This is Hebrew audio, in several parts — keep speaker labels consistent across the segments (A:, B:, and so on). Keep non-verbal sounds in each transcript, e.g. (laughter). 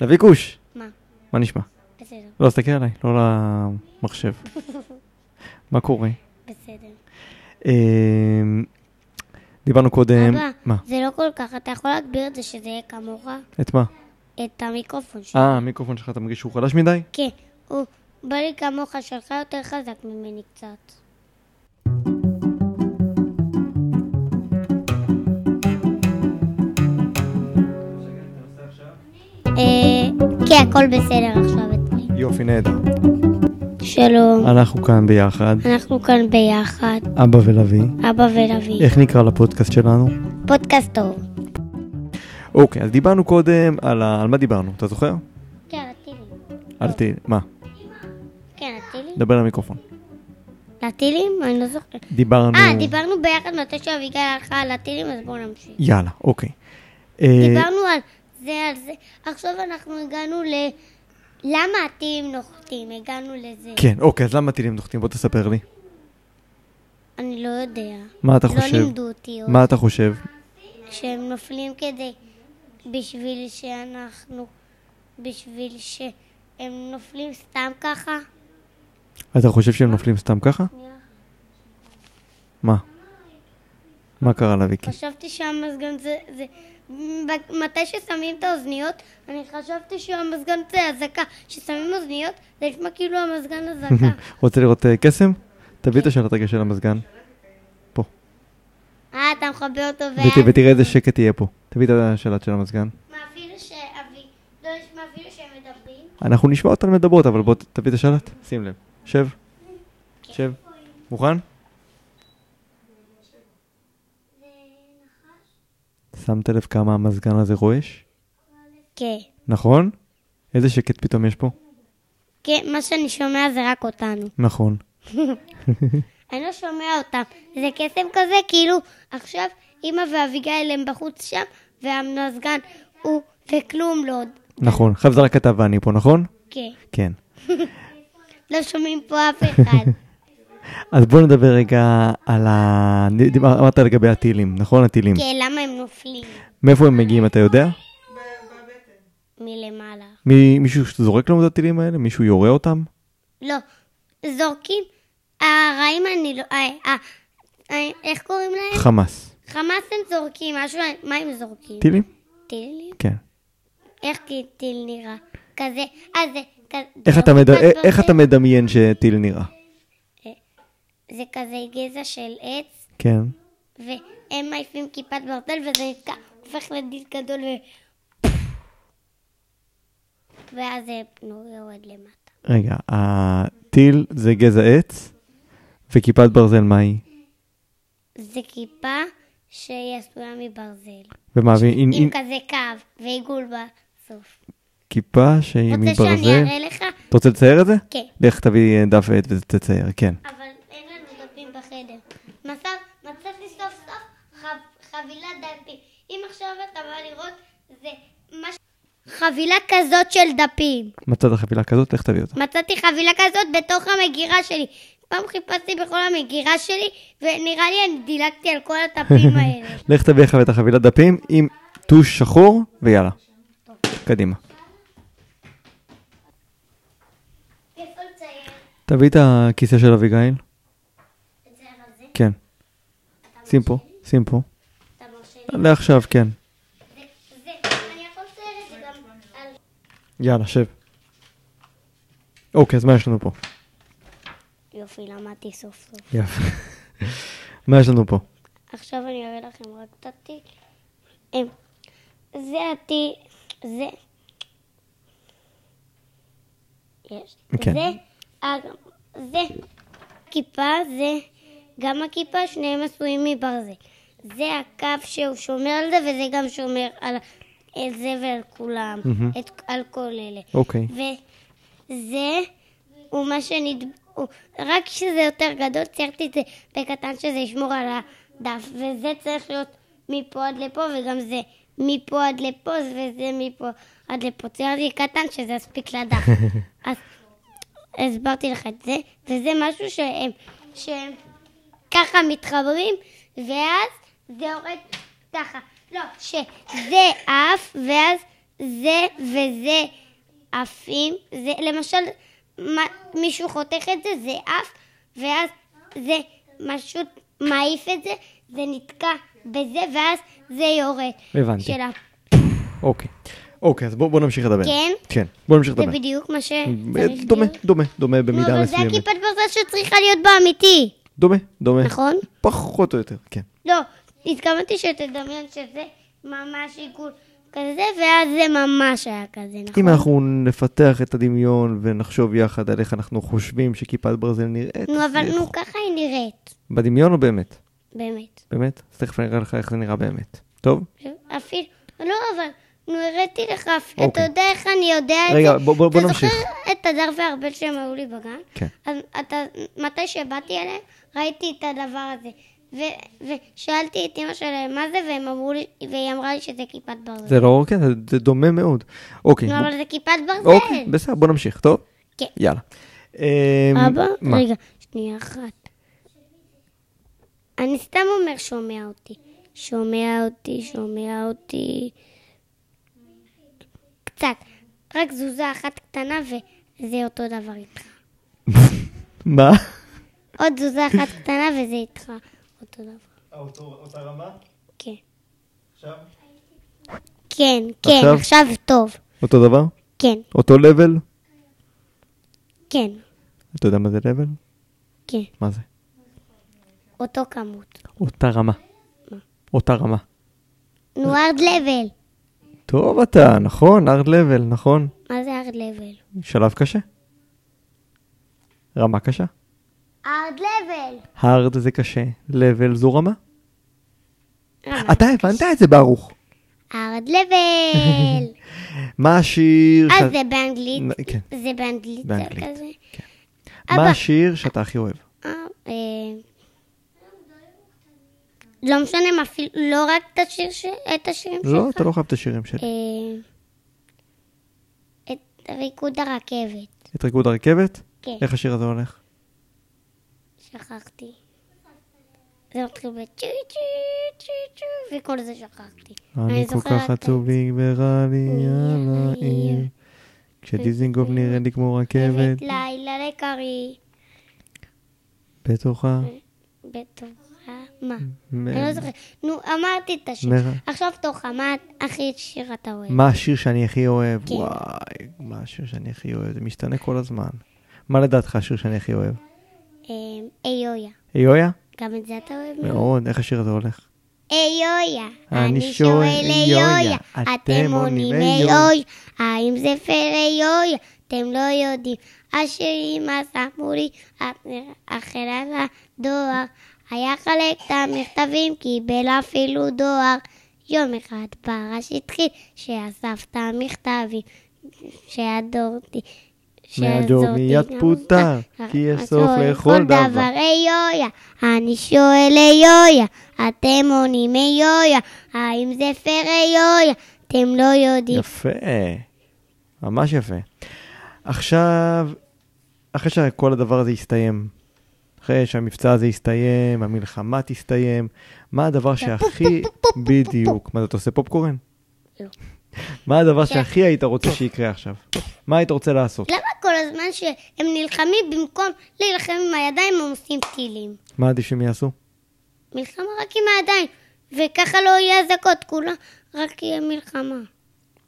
A: נביא כוש.
B: מה?
A: מה נשמע?
B: בסדר,
A: לא, אז תסתכל עליי, לא
B: (laughs)
A: למחשב. מה קורה?
B: בסדר.
A: אמ, דיברנו קודם...
B: אבא,
A: מה?
B: זה לא כל כך, אתה יכול להגביר את זה שזה יהיה כמוך,
A: את מה?
B: את המיקרופון שלך.
A: אה, המיקרופון שלך, אתה מרגיש שהוא חלש מדי?
B: כן, הוא בא לי כמוך, שלך יותר חזק ממני קצת. אה, כן, הכל בסדר עכשיו אצלי.
A: יופי, נהדר.
B: שלום,
A: אנחנו כאן ביחד,
B: אנחנו כאן ביחד,
A: אבא ולוי.
B: אבא ולוי.
A: איך נקרא לפודקאסט שלנו?
B: פודקאסט טוב.
A: אוקיי, אז דיברנו קודם על ה- על מה דיברנו, אתה זוכר?
B: כן, הטילים.
A: אל ת... מה?
B: כן, הטילים.
A: דבר למיקרופון.
B: לטילים? אני לא זוכרת.
A: דיברנו...
B: אה, דיברנו ביחד מתי שאביגיל הלכה על הטילים, אז בואו נמשיך.
A: יאללה, אוקיי. אה,
B: דיברנו על זה, על זה. עכשיו אנחנו הגענו ל... למה הטילים נוחתים? הגענו לזה.
A: כן, אוקיי, אז למה טילים נוחתים? בוא תספר לי.
B: אני לא יודע.
A: מה אתה
B: לא
A: חושב?
B: לימדו אותי.
A: מה אתה חושב?
B: שהם נופלים כדי... בשביל שאנחנו... בשביל שהם נופלים סתם ככה?
A: אתה חושב שהם נופלים סתם ככה? מה? מה קרה לוויקי?
B: חשבתי שהמזגן זה... זה... ב- מתי ששמים את האוזניות, אני חשבתי שהמזגן זה אזעקה. כששמים אוזניות, זה נשמע כאילו המזגן (laughs) אזעקה.
A: (laughs) רוצה לראות אה, קסם? תביא את השלט רגע של המזגן. פה.
B: אה, אתה מכבה אותו
A: ות- ותראה איזה שקט יהיה פה. תביא את השלט של המזגן.
B: מה, אפילו שאבי... לא נשמע אפילו שהם מדברים?
A: אנחנו נשמע אותן מדברות, אבל בוא ת- תביא את השלט. שים לב. שב. שב. מוכן? שמת לב כמה המזגן הזה רועש?
B: כן.
A: נכון? איזה שקט פתאום יש פה?
B: כן, מה שאני שומע זה רק אותנו.
A: נכון.
B: אני לא שומע אותם. זה קסם כזה, כאילו עכשיו אמא ואביגיל הם בחוץ שם, והמזגן הוא וכלום לא עוד.
A: נכון. עכשיו זה רק אתה ואני פה, נכון?
B: כן.
A: כן.
B: לא שומעים פה אף (laughs) אחד.
A: אז בוא נדבר רגע על ה... דיבר- אמרת לגבי הטילים, נכון? הטילים.
B: כן, למה הם נופלים
A: מאיפה הם מגיעים, אתה יודע?
B: מלמעלה?
A: מ- מישהו שזורק לנו את הטילים האלה? מישהו יורה אותם?
B: לא, זורקים. הרעים אני לא... אה, אה, אה, איך קוראים להם?
A: חמאס.
B: חמאס הם זורקים, משהו... מה הם זורקים?
A: טילים?
B: טילים?
A: כן.
B: איך טיל- טיל נראה? כזה, אה זה, כזה...
A: איך אתה, מד...
B: זה-
A: איך אתה מדמיין שטיל נראה?
B: זה כזה גזע של עץ,
A: כן.
B: והם מעיפים כיפת ברזל, וזה נתקע, הופך לדיל גדול, ו... ואז זה נו- יורד למטה.
A: רגע, הטיל זה גזע עץ, וכיפת ברזל מה היא?
B: זה כיפה שהיא עשויה מברזל.
A: ומה, ואם
B: עם
A: אם...
B: כזה קו ועיגול בסוף.
A: כיפה שהיא
B: רוצה שאני
A: מברזל?
B: אראה לך?
A: אתה רוצה לצייר את זה?
B: כן.
A: לך תביא אה, דף ועט ותצייר, כן.
B: אבל אין לנו דפים בחדר. מצב, מצאתי סוף סוף חב, חבילת דפים. אם עכשיו אתה בא לראות, זה מה ש... חבילה כזאת של דפים.
A: מצאת חבילה כזאת, לך תביא אותה.
B: מצאתי חבילה כזאת בתוך המגירה שלי. פעם חיפשתי בכל המגירה שלי, ונראה לי אני דילגתי על כל (laughs)
A: (laughs)
B: הדפים האלה.
A: לך תביא לך את החבילת דפים עם טוש שחור, ויאללה. קדימה.
B: איפה לצייר?
A: תביא את הכיסא של אביגיל. כן. שים פה, שים פה.
B: אתה מרשה לי?
A: לעכשיו, כן.
B: זה, זה. אני יכול לצייר את זה גם על...
A: יאללה, שב. אוקיי, אז מה יש לנו פה?
B: יופי, למדתי סוף סוף.
A: יפה. (laughs) מה יש לנו פה?
B: עכשיו אני אראה לכם רק את התיק. אה, זה התיק, זה... יש.
A: כן.
B: זה, הג- זה כיפה, זה גם הכיפה, שניהם עשויים מברזל. זה הקו שהוא שומר על זה, וזה גם שומר על על זה ועל כולם,
A: מהמם.
B: את- על כל אלה.
A: אוקיי.
B: וזה הוא מה שנד... הוא... רק כשזה יותר גדול ציירתי את זה בקטן שזה ישמור על הדף וזה צריך להיות מפה עד לפה וגם זה מפה עד לפה וזה מפה עד לפה ציירתי קטן שזה יספיק לדף אז הסברתי לך את זה וזה משהו שהם, שהם ככה מתחברים ואז זה יורד ככה לא שזה עף ואז זה וזה עפים, זה למשל מה, מישהו חותך את זה, זה עף, ואז זה פשוט מעיף את זה, זה נתקע בזה, ואז זה יורד.
A: הבנתי.
B: של ה...
A: אוקיי. אוקיי, אז בוא, בוא נמשיך לדבר.
B: כן?
A: כן, בוא נמשיך
B: זה
A: לדבר. אה,
B: בדיוק מה שצריך
A: דומה,
B: להיות.
A: דומה, דומה במידה
B: לא, אבל זה
A: מסוימת.
B: הכיפת ברזל שצריכה להיות באמיתי,
A: דומה, דומה.
B: נכון?
A: פחות או יותר, כן.
B: לא, התכוונתי שתדמיין שזה ממש עיגול כזה, ואז זה ממש היה כזה, נכון?
A: אם אנחנו נפתח את הדמיון ונחשוב יחד על איך אנחנו חושבים שכיפת ברזל נראית,
B: נו,
A: אז
B: אבל
A: זה
B: נו,
A: יכול-
B: ככה היא נראית,
A: בדמיון או באמת?
B: באמת.
A: באמת? אז תכף אני אראה לך איך זה נראה באמת. טוב?
B: אפילו, לא, אבל, נו, הראיתי לך, אפ- אתה
A: אוקיי.
B: יודע איך אני יודע את זה?
A: רגע, בוא- בוא- בוא נמשיך.
B: אתה זוכר את הדר והארבל שהם היו לי בגן?
A: כן.
B: אז אתה, מתי שבאתי אליהם, ראיתי את הדבר הזה. ו- ושאלתי את אמא שלהם מה זה, והם אמרו לי, והיא אמרה לי שזה כיפת ברזל.
A: זה לא, כן, זה, זה דומה מאוד. אוקיי,
B: נו,
A: בוא-
B: אבל זה כיפת
A: אוקיי,
B: ברזל.
A: בסדר, בוא נמשיך, טוב?
B: כן.
A: יאללה. אמ,
B: אבא,
A: מה?
B: רגע, שנייה אחת. אני סתם אומר שומע אותי. שומע אותי, שומע אותי. קצת. רק תזוזה אחת קטנה וזה אותו דבר איתך.
A: מה?
B: עוד תזוזה אחת
A: (laughs)
B: קטנה וזה איתך אותו דבר.
A: אותה רמה?
B: כן.
A: עכשיו?
B: כן, כן,
A: עכשיו?
B: עכשיו טוב.
A: אותו דבר?
B: כן,
A: אותו level?
B: כן,
A: אתה יודע מה זה level?
B: כן.
A: מה זה?
B: אותו כמות.
A: אותה רמה. אותה רמה.
B: נו,
A: אה.
B: ארד לבל.
A: טוב אתה, נכון, hard level, נכון.
B: מה זה ארד לבל?
A: שלב קשה. רמה קשה.
B: ארד לבל.
A: hard זה קשה, level זו רמה.
B: אה.
A: אתה הבנת את זה בערוך.
B: ארד לבל.
A: (laughs) מה השיר...
B: אה,
A: ש-
B: זה באנגלית?
A: נ- כן.
B: זה באנגלית זה
A: באנגלית. כן.
B: כזה?
A: מה
B: אבא.
A: השיר שאתה הכי אוהב?
B: אה, אה, לא משנה, מה, אפילו, לא רק את השיר ש... את השירים שלך?
A: לא, אתה לא חייב את השירים
B: כן.
A: שלי.
B: אה, את ריקוד הרכבת.
A: את ריקוד הרכבת?
B: כן.
A: איך השיר הזה הולך?
B: שכחתי. זה מתחיל בצ'י צ'י צ'י צ'י, וכל זה שכחתי.
A: אני כל
B: זוכרת
A: כך
B: את-
A: עצובי ורע לי על
B: על
A: העיר.
B: העיר.
A: כשדיזינגוף נראה לי כמו רכבת,
B: בית לילה לקרי,
A: בתוכה...
B: בתוכה, מה?
A: מ-
B: אני לא זוכרת. נו, אמרתי את השיר.
A: מרב.
B: עכשיו תוך מה הכי שיר אתה אוהב?
A: מה השיר שאני הכי אוהב?
B: כן.
A: וואי, מה השיר שאני הכי אוהב? זה משתנה כל הזמן. מה לדעתך השיר שאני הכי אוהב?
B: אמ, איויה.
A: איויה?
B: גם את זה אתה אוהב?
A: מאוד. איך השיר הזה הולך?
B: איויה.
A: אני
B: אני שואל
A: שואל איויה,
B: איויה.
A: אתם
B: אתם עונים
A: עונים
B: איויה. האם זה פייר איויה? אתם לא יודעים. אשר אמא שמו לי אחלה לדואר. היה חלק את המכתבים, קיבל אפילו דואר. יום אחד פרש התחיל, שאסף את המכתבים, שהדורתי.
A: מהדור
B: שהזאתי
A: מיד
B: גם- (laughs)
A: פוטר, כי יש סוף לכל דבר.
B: איויה, אני שואל איויה, אתם עונים איויה, האם זה פייר איויה? אתם לא יודעים.
A: יפה. ממש יפה. עכשיו, אחרי שכל הדבר הזה יסתיים, אחרי שהמבצע הזה יסתיים, המלחמה תסתיים, מה הדבר
B: כן.
A: שהכי... בדיוק. מה, אתה עושה פופקורן?
B: לא. כן.
A: מה הדבר שהכי היית רוצה שיקרה עכשיו? מה היית רוצה לעשות?
B: למה כל הזמן שהם נלחמים במקום להילחם עם הידיים הם עושים טילים?
A: מה עדיף שהם יעשו?
B: מלחמה רק עם הידיים, וככה לא יהיה אזעקות, כולה רק יהיה מלחמה.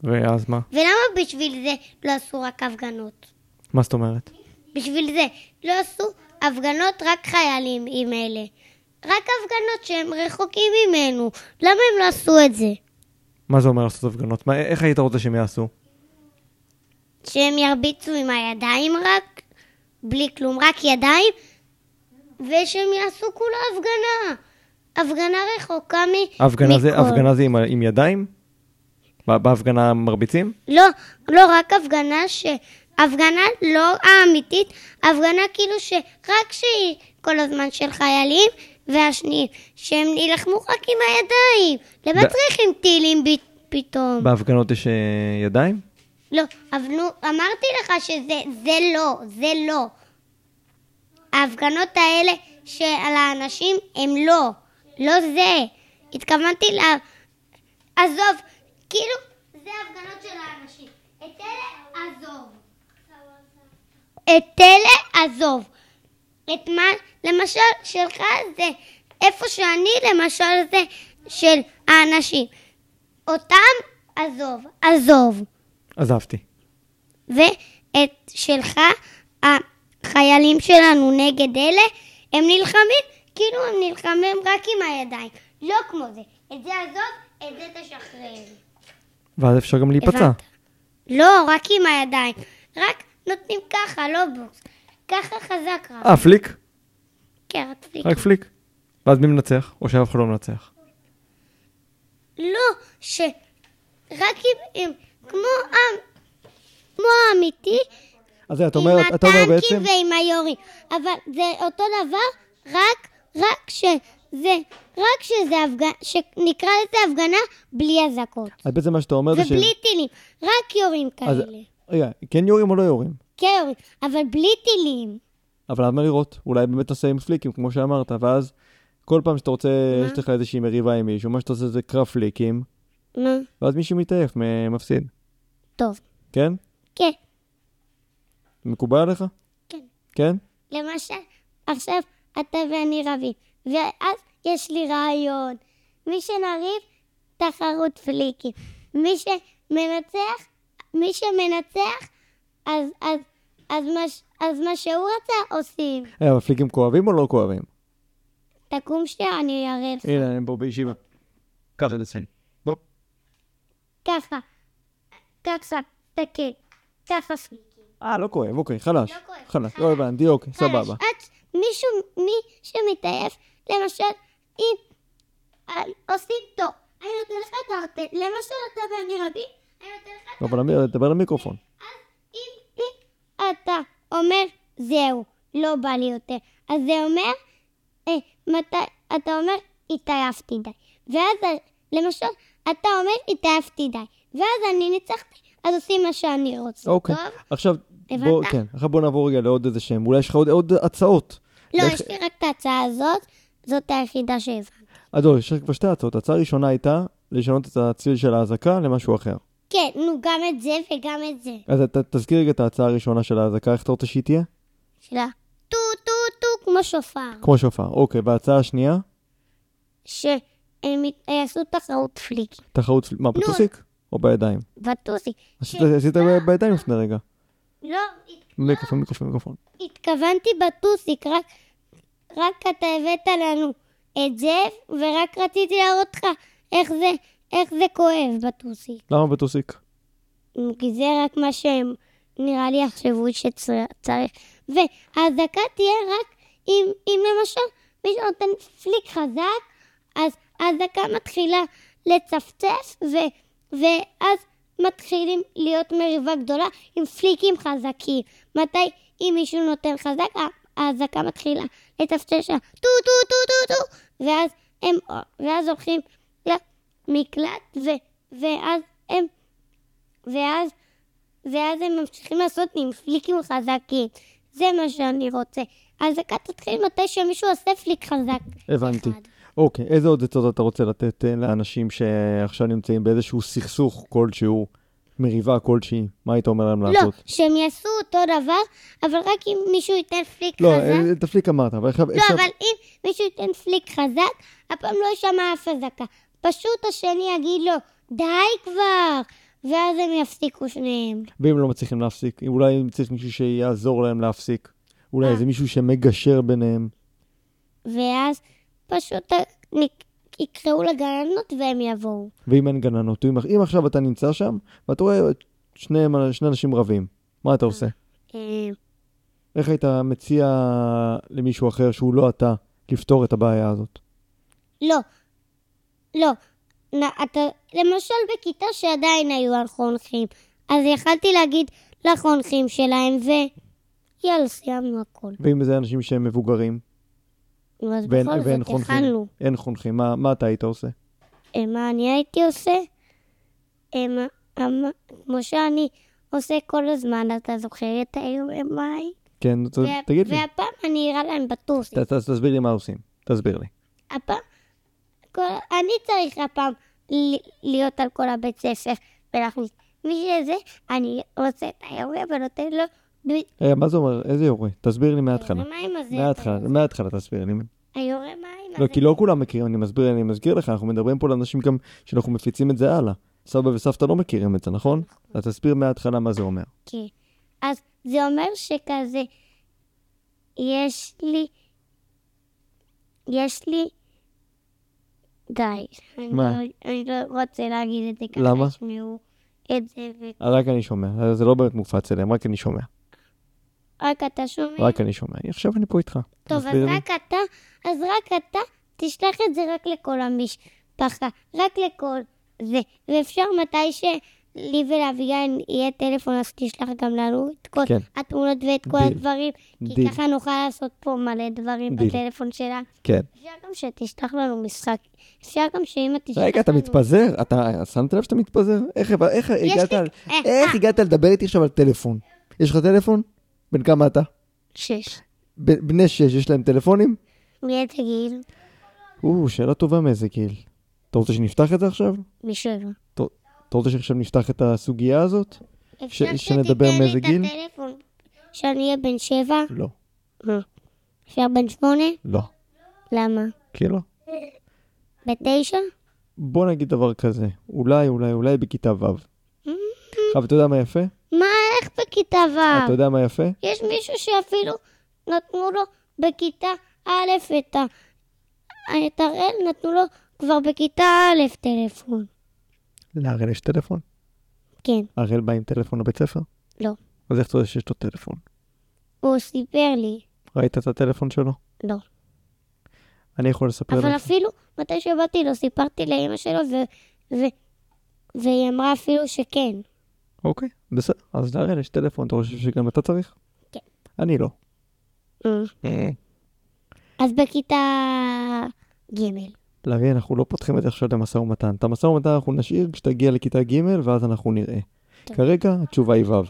A: ואז מה?
B: ולמה בשביל זה לא עשו רק הפגנות?
A: מה זאת אומרת?
B: בשביל זה לא עשו הפגנות רק חיילים עם אלה. רק הפגנות שהם רחוקים ממנו. למה הם לא עשו את זה?
A: מה זה אומר לעשות הפגנות? מה, איך היית רוצה שהם יעשו?
B: שהם ירביצו עם הידיים רק, בלי כלום, רק ידיים, ושהם יעשו כולה הפגנה. הפגנה רחוקה מ...
A: הפגנה זה,
B: מכל.
A: הפגנה זה עם, ה- עם ידיים? בה- בהפגנה מרביצים?
B: לא, לא רק הפגנה ש... הפגנה לא האמיתית, הפגנה כאילו שרק שהיא כל הזמן של חיילים והשניים, שהם יילחמו רק עם הידיים. למה
A: ב-
B: צריכים טילים ב- פתאום?
A: בהפגנות יש אה, ידיים?
B: לא, אבל נו, אמרתי לך שזה זה לא, זה לא. ההפגנות האלה של האנשים הם לא, לא זה. התכוונתי ל... עזוב, כאילו, זה זה הפגנות של האנשים. את אלה עזוב. את אלה עזוב. את מה, למשל, שלך זה איפה שאני, למשל, זה של האנשים. אותם עזוב, עזוב.
A: עזבתי.
B: ואת שלך, החיילים שלנו נגד אלה, הם נלחמים, כאילו הם נלחמים רק עם הידיים. לא כמו זה. את זה עזוב, את זה תשחרר.
A: ואז אפשר גם להיפצע.
B: הבנת. לא, רק עם הידיים. רק נותנים ככה, לא בוקס. ככה חזק רק.
A: אה, פליק?
B: כן, רק פליק.
A: רק פליק. ואז מי מנצח? או שאף אחד לא מנצח.
B: לא, ש... רק אם... אם כמו עם... כמו האמיתי,
A: אז אתה
B: עם
A: אומר, אתה אומר
B: הטנקים
A: בעצם...
B: ועם היורים. אבל זה אותו דבר, רק... רק שזה... רק שזה הפגנה... שנקרא לזה הפגנה בלי אזעקות.
A: אז בעצם מה שאתה אומר זה ש...
B: ובלי טילים. רק יורים
A: לא, אז-
B: כאלה.
A: רגע, כן יורים או לא יורים?
B: כן יורים, אבל בלי טילים.
A: אבל למה לראות? אולי באמת נעשה עם פליקים, כמו שאמרת, ואז כל פעם שאתה רוצה, יש לך איזושהי מריבה עם מישהו, מה שאתה עושה זה קרב פליקים,
B: מה?
A: ואז מישהו מתעייף, מ- מפסיד.
B: טוב.
A: כן?
B: כן.
A: מקובל עליך?
B: כן.
A: כן?
B: למשל, עכשיו אתה ואני רבים, ואז יש לי רעיון. מי שנריב, תחרות פליקים. מי שמנצח, מי שמנצח, אז, אז, אז, מה, ש- אז מה שהוא רצה, עושים.
A: אה, אבל פליקים כואבים או לא כואבים?
B: תקום שנייה, אני אראה לך.
A: הנה, הם פה בישיבה. ככה זה סיים. בוא.
B: ככה, ככה, תקן, ככה.
A: אה, לא כואב, אוקיי, חלש.
B: לא כואב,
A: חלש,
B: חלש.
A: לא הבנתי, אוקיי, סבבה.
B: עד מישהו, מי שמתעייף, למשל, אם אה, עושים טוב, אני נותן לך את הארטל, למשל אתה ואני רבים, אני נותן לך את
A: לא, אבל אמיר, דבר למיקרופון.
B: אם, אם אתה אומר, זהו, לא בא לי יותר, אז זה אומר, אה, מתי, אתה אומר, התעייפתי די. ואז, ה- למשל, אתה אומר, התעייפתי די. ואז אני ניצחתי, אז עושים מה שאני רוצה.
A: אוקיי.
B: טוב?
A: עכשיו,
B: הבנת?
A: בוא, כן, עכשיו בוא נעבור רגע לעוד איזה שהם. אולי יש לך עוד- עוד הצעות.
B: לא,
A: לאיך-
B: יש לי רק את ההצעה הזאת, זאת היחידה שהבנתי.
A: אז לא, יש לך כבר שתי הצעות. ההצעה הראשונה הייתה לשנות את הצליל של האזעקה למשהו אחר.
B: כן, נו, גם את זה וגם את זה.
A: אז ת- תזכיר רגע את ההצעה הראשונה של האזעקה, איך אתה רוצה שהיא תהיה?
B: של הטו טו טו כמו שופר.
A: כמו שופר. אוקיי, וההצעה השנייה?
B: שהם ית- יעשו תחרות פליק.
A: תחרות, פל- מה, בטוסיק? או בידיים?
B: וטוסי.
A: עשית
B: כן.
A: עשית ב- בידיים לפני רגע.
B: לא, הת-
A: מיקרופון, מיקרופון, מיקרופון.
B: התכוונתי בטוסיק, רק, רק אתה הבאת לנו את זה, ורק רציתי להראות לך איך זה, איך זה כואב בטוסיק.
A: למה בטוסיק?
B: כי זה רק מה שהם נראה לי יחשבו שצריך. והאזעקה תהיה רק אם, אם למשל מישהו נותן פליק חזק, אז האזעקה מתחילה לצפצף, ו, ואז מתחילים להיות מריבה גדולה עם פליקים חזקים. מתי אם מישהו נותן חזק, ה- האזעקה מתחילה לצפצף שם, טו טו טו טו טו, ואז הם, ואז הולכים למקלט, ו, ואז הם ואז, ואז הם ממשיכים לעשות עם פליקים חזקים. זה מה שאני רוצה. האזעקה תתחיל מתי שמישהו עושה פליק חזק.
A: הבנתי.
B: אחד.
A: אוקיי, איזה עוד עצות אתה רוצה לתת אה, לאנשים שעכשיו נמצאים באיזשהו סכסוך כלשהו, מריבה כלשהי? מה היית אומר להם
B: לא,
A: לעשות?
B: שהם יעשו אותו דבר, אבל רק אם מישהו ייתן פליק
A: לא,
B: חזק.
A: אה, תפליק אמרת, אבל עכשיו...
B: לא, אבל אם מישהו ייתן פליק חזק, הפעם לא יישמע אף אזעקה. פשוט השני יגיד לו, די כבר! ואז הם יפסיקו שניהם.
A: ואם לא מצליחים להפסיק, אולי אם צריך מישהו שיעזור להם להפסיק, אולי
B: אה.
A: איזה מישהו שמגשר ביניהם.
B: ואז פשוט נק- יקראו לגננות והם יבואו.
A: ואם אין גננות, אם, אם עכשיו אתה נמצא שם, ואתה רואה את שני, שני אנשים רבים, מה אתה עושה?
B: אה,
A: איך היית מציע למישהו אחר שהוא לא אתה לפתור את הבעיה הזאת?
B: לא. לא. נ- אתה, למשל בכיתה שעדיין היו על חונכים, אז יכלתי להגיד לחונכים שלהם ו... יאללה, סיימנו הכל.
A: ואם זה אנשים שהם מבוגרים,
B: אז
A: ואין,
B: בכל
A: ואין
B: זאת
A: חונכים,
B: יכלנו.
A: אין חונכים, מה, מה אתה היית עושה?
B: אה, מה אני הייתי עושה? אה, מה- אה, מה- כמו שאני עושה כל הזמן, אתה זוכר את ה-MI?
A: כן, ת, תגיד לי,
B: והפעם אני אראה להם
A: ת,
B: בטוסיק.
A: ת, תסביר לי מה עושים, תסביר לי.
B: הפעם, כל, אני צריך הפעם ל- להיות על כל הבית ספר, ולהכניס. מי שזה, אני עושה את היורה ונותן לו דוי...
A: אה, מה זה אומר? איזה יורה? תסביר לי מההתחלה.
B: היורה מים הזה.
A: מההתחלה, מההתחלה תסביר לי.
B: היורה מים הזה.
A: לא, כי לא כולם מכירים, אני מסביר, אני מזכיר לך, אנחנו מדברים פה לאנשים גם שאנחנו מפיצים את זה הלאה. סבא וסבתא לא מכירים את זה, נכון? אז תסביר מההתחלה מה זה אומר.
B: כן. אז זה אומר שכזה, יש לי, יש לי, די. אני
A: מה?
B: לא- אני לא רוצה להגיד את זה ככה.
A: למה?
B: ישמעו את זה,
A: אה, רק אני שומע, אה, זה לא באמת מופץ אליהם, רק אני שומע.
B: ורק אתה שומע.
A: רק אני שומע. עכשיו אני פה איתך.
B: טוב, אז
A: תסביר לי.
B: רק אתה, אז רק אתה, תשלח את זה רק לכל המשפחה, רק לכל זה. ואפשר מתי שלי ולאביגן יהיה טלפון, אז תשלח גם לנו את כל
A: כן.
B: התמונות ואת כל
A: דיל.
B: הדברים, כי
A: דיל.
B: ככה נוכל לעשות פה מלא דברים
A: דיל.
B: בטלפון שלה.
A: כן.
B: אפשר גם שתשלח לנו משחק, אפשר גם שאמא תשלח לנו...
A: רגע, אתה מתפזר? אתה שמת לב שאתה מתפזר? איך הבא- איך הגעת
B: לי-
A: על-
B: אה,
A: איך
B: אה.
A: הגעת לדבר איתי עכשיו על טלפון? יש לך טלפון? בן כמה אתה?
B: שש.
A: ב- בני שש, יש להם טלפונים?
B: מאיזה גיל?
A: או, שאלה טובה מאיזה גיל. אתה רוצה שנפתח את זה עכשיו?
B: משבע.
A: אתה רוצה שעכשיו נפתח את הסוגיה הזאת?
B: אפשר
A: שנדבר
B: שתיתן לי
A: מאיזה
B: את
A: גיל?
B: הטלפון, שאני אהיה בן שבע?
A: לא.
B: אפשר בן שמונה?
A: לא.
B: למה?
A: כי לא.
B: בתשע?
A: בוא נגיד דבר כזה, אולי, אולי, אולי בכיתה ו'.
B: Mm-hmm.
A: עכשיו, אתה יודע מה יפה?
B: מה, איך בכיתה
A: אתה
B: ו'?
A: יודע מה יפה?
B: יש מישהו שאפילו נתנו לו בכיתה א' את ה... את הראל נתנו לו כבר בכיתה א' טלפון.
A: להראל יש טלפון?
B: כן,
A: הראל בא עם טלפון לבית ספר?
B: לא.
A: אז איך אתה יודע שיש לו טלפון?
B: הוא סיפר לי,
A: ראית את הטלפון שלו?
B: לא.
A: אני יכול לספר
B: אבל
A: לך?
B: אפילו מתי שבאתי לו סיפרתי לאמא שלו ו... ו... והיא אמרה אפילו שכן.
A: אוקיי, בסדר. אז להראל יש טלפון, אתה חושב שגם אתה צריך?
B: כן. אה.
A: אני לא.
B: אז בכיתה ג'
A: להבין, אנחנו לא פותחים את זה עכשיו למשא ומתן. את המשא ומתן אנחנו נשאיר כשתגיע לכיתה ג' ואז אנחנו נראה.
B: טוב.
A: כרגע התשובה היא ו',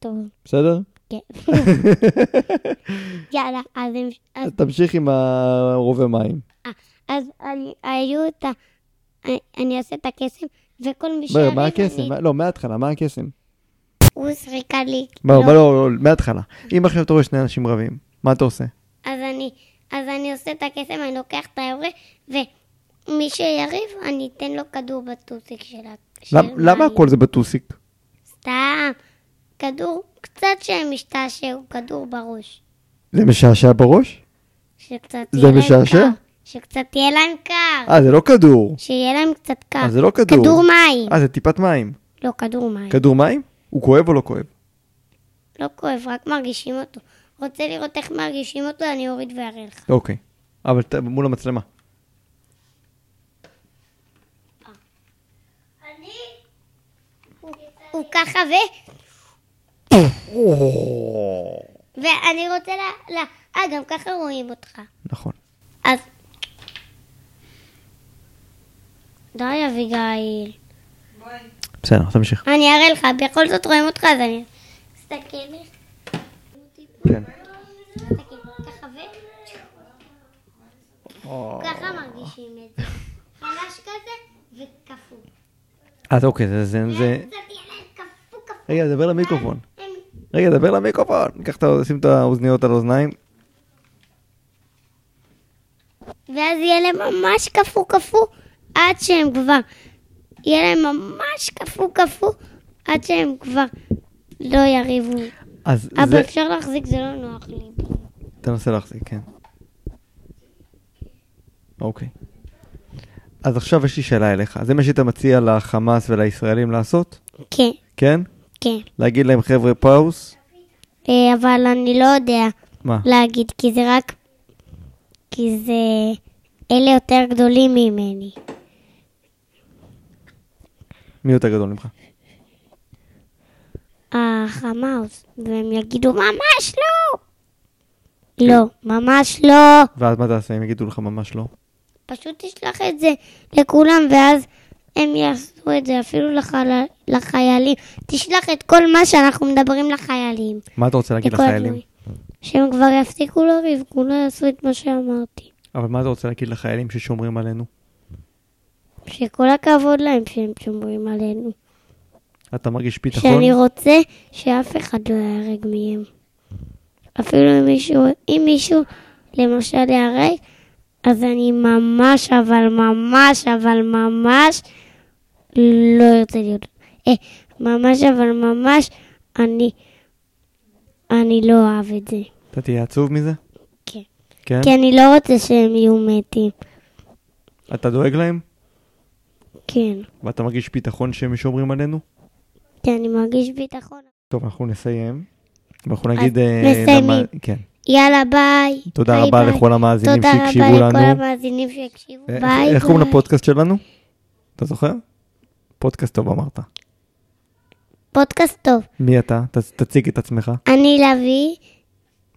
B: טוב,
A: בסדר?
B: כן. יאללה, אז הם... אז
A: אז (laughs) תמשיך עם הרובה מים.
B: אז אני, היו את ה... אני- אני אעשה את הקסם, וכל מי
A: מה-
B: שיריב,
A: מה
B: אני-
A: הקסם? מה- לא, מההתחלה, מה הקסם?
B: הוא זריקה לי.
A: מה,
B: לא.
A: מה, לא, לא, מההתחלה. אם עכשיו אתה רואה שני אנשים רבים, מה אתה עושה?
B: אז אני, אז אני עושה את הקסם, אני לוקח את היורה, ומי שיריב, אני אתן לו כדור בטוסיק של ה... של
A: למ- למה
B: מים.
A: הכל זה בטוסיק?
B: סתם. כדור, קצת שהם ישתעשעו, כדור בראש.
A: זה משעשע בראש?
B: שקצת
A: זה
B: יהיה להם
A: משעשע?
B: קר. שקצת יהיה להם קר.
A: אה, זה לא כדור.
B: שיהיה להם קצת קר.
A: אה, זה לא כדור.
B: כדור מים.
A: אה, זה טיפת מים.
B: לא, כדור מים.
A: כדור מים? הוא כואב או לא כואב?
B: לא כואב, רק מרגישים אותו. רוצה לראות איך מרגישים אותו, אני אוריד ואראה לך.
A: אוקיי. אבל ת- מול המצלמה.
B: הוא ככה ו... כן. ואני רוצה ל... ל- אה, גם ככה רואים אותך.
A: (laughs) נכון.
B: אז... די, אביגיל.
A: בסדר, תמשיך.
B: אני אראה לך, בכל זאת רואים אותך, אז אני... תסתכל.
A: כן.
B: תסתכל, ככה ו... ככה מרגישים את זה. חלש כזה וקפוא.
A: אז אוקיי, זה... זה- זה...
B: קצת יהיה להם קפוא, קפוא.
A: רגע, דבר למיקרופון.
B: הם
A: רגע, דבר למיקרופון. קח את ה... שים את האוזניות על האוזניים.
B: ואז יהיה להם ממש קפוא קפוא עד שהם כבר... יהיה להם ממש קפוא קפוא עד שהם כבר לא יריבו.
A: אז
B: אבל
A: זה...
B: אפשר להחזיק, זה לא נוח לי.
A: תנסה להחזיק, כן. אוקיי. אז עכשיו יש לי שאלה אליך. זה מה שאתה מציע לחמאס ולישראלים לעשות?
B: כן,
A: כן?
B: כן.
A: להגיד להם חבר'ה פאוס?
B: אה, אבל אני לא יודע
A: מה?
B: להגיד, כי זה רק... כי זה... אלה יותר גדולים ממני.
A: מי יותר גדול ממך?
B: החמאס. והם יגידו, ממש לא!
A: כן.
B: לא, ממש לא.
A: ואז מה תעשה אם יגידו לך ממש לא?
B: פשוט תשלח את זה לכולם, ואז הם יעשו את זה אפילו לחל... לחיילים. תשלח את כל מה שאנחנו מדברים לחיילים.
A: מה אתה רוצה להגיד
B: לכל
A: לחיילים?
B: הדברים. שהם כבר יפסיקו לריב, כולם יעשו את מה שאמרתי.
A: אבל מה אתה רוצה להגיד לחיילים ששומרים עלינו?
B: שכל הכבוד להם שהם שומרים עלינו.
A: אתה מרגיש ביטחון?
B: שאני רוצה שאף אחד לא ייהרג מהם. אפילו אם מישהו, אם מישהו למשל ייהרג, אז אני ממש, אבל ממש, אבל ממש לא ארצה להיות. אה, ממש, אבל ממש, אני, אני לא אוהב את זה.
A: אתה תהיה עצוב מזה?
B: כן.
A: כן?
B: כי אני לא רוצה שהם יהיו מתים.
A: אתה דואג להם?
B: כן.
A: ואתה מרגיש ביטחון שהם שומרים עלינו?
B: כי אני מרגיש ביטחון.
A: טוב, אנחנו נסיים. ואנחנו נגיד... אה,
B: מסיימים.
A: למה- כן.
B: יאללה, ביי.
A: תודה
B: ביי,
A: רבה
B: ביי.
A: לכל המאזינים
B: תודה
A: שהקשיבו
B: רבה לכל
A: לנו.
B: המאזינים שהקשיבו.
A: אה,
B: ביי.
A: איך קוראים
B: ביי.
A: לפודקאסט שלנו? אתה זוכר? פודקאסט טוב אמרת.
B: פודקאסט טוב.
A: מי אתה? ת- תציג את עצמך.
B: אני לביא,
A: מי-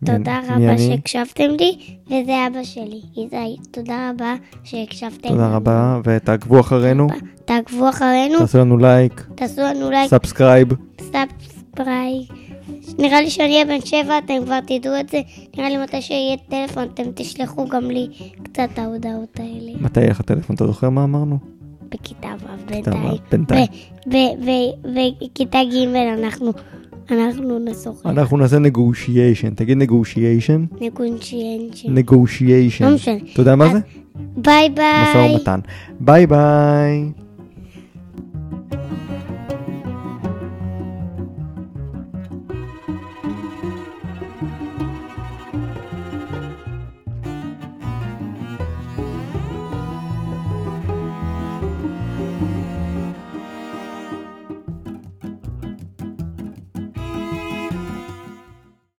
B: תודה
A: מי
B: רבה
A: אני?
B: שהקשבתם לי, וזה אבא שלי. איתי, תודה רבה שהקשבתם.
A: תודה רבה, ותעקבו אחרינו,
B: תעקבו אחרינו,
A: תעשו לנו לייק,
B: תעשו לנו לייק,
A: סאבסקרייב,
B: סאבסקרייב. נראה לי שאני אהיה בן שבע, אתם כבר תדעו את זה. נראה לי מתי שיהיה טלפון, אתם תשלחו גם לי קצת ההודעות האלה.
A: מתי יהיה לך טלפון? אתה זוכר מה אמרנו?
B: בכיתה ו'
A: ו',
B: בינתיים.
A: בינתיים.
B: ובכיתה ג' אנחנו, אנחנו נשוחח.
A: אנחנו נעשה נגושיישן, תגיד נגושיישן?
B: נגונצ'יינצ'י.
A: נגושיישן.
B: כן. לא משנה.
A: אתה יודע מה זה?
B: ביי ביי.
A: משא ומתן. ביי ביי.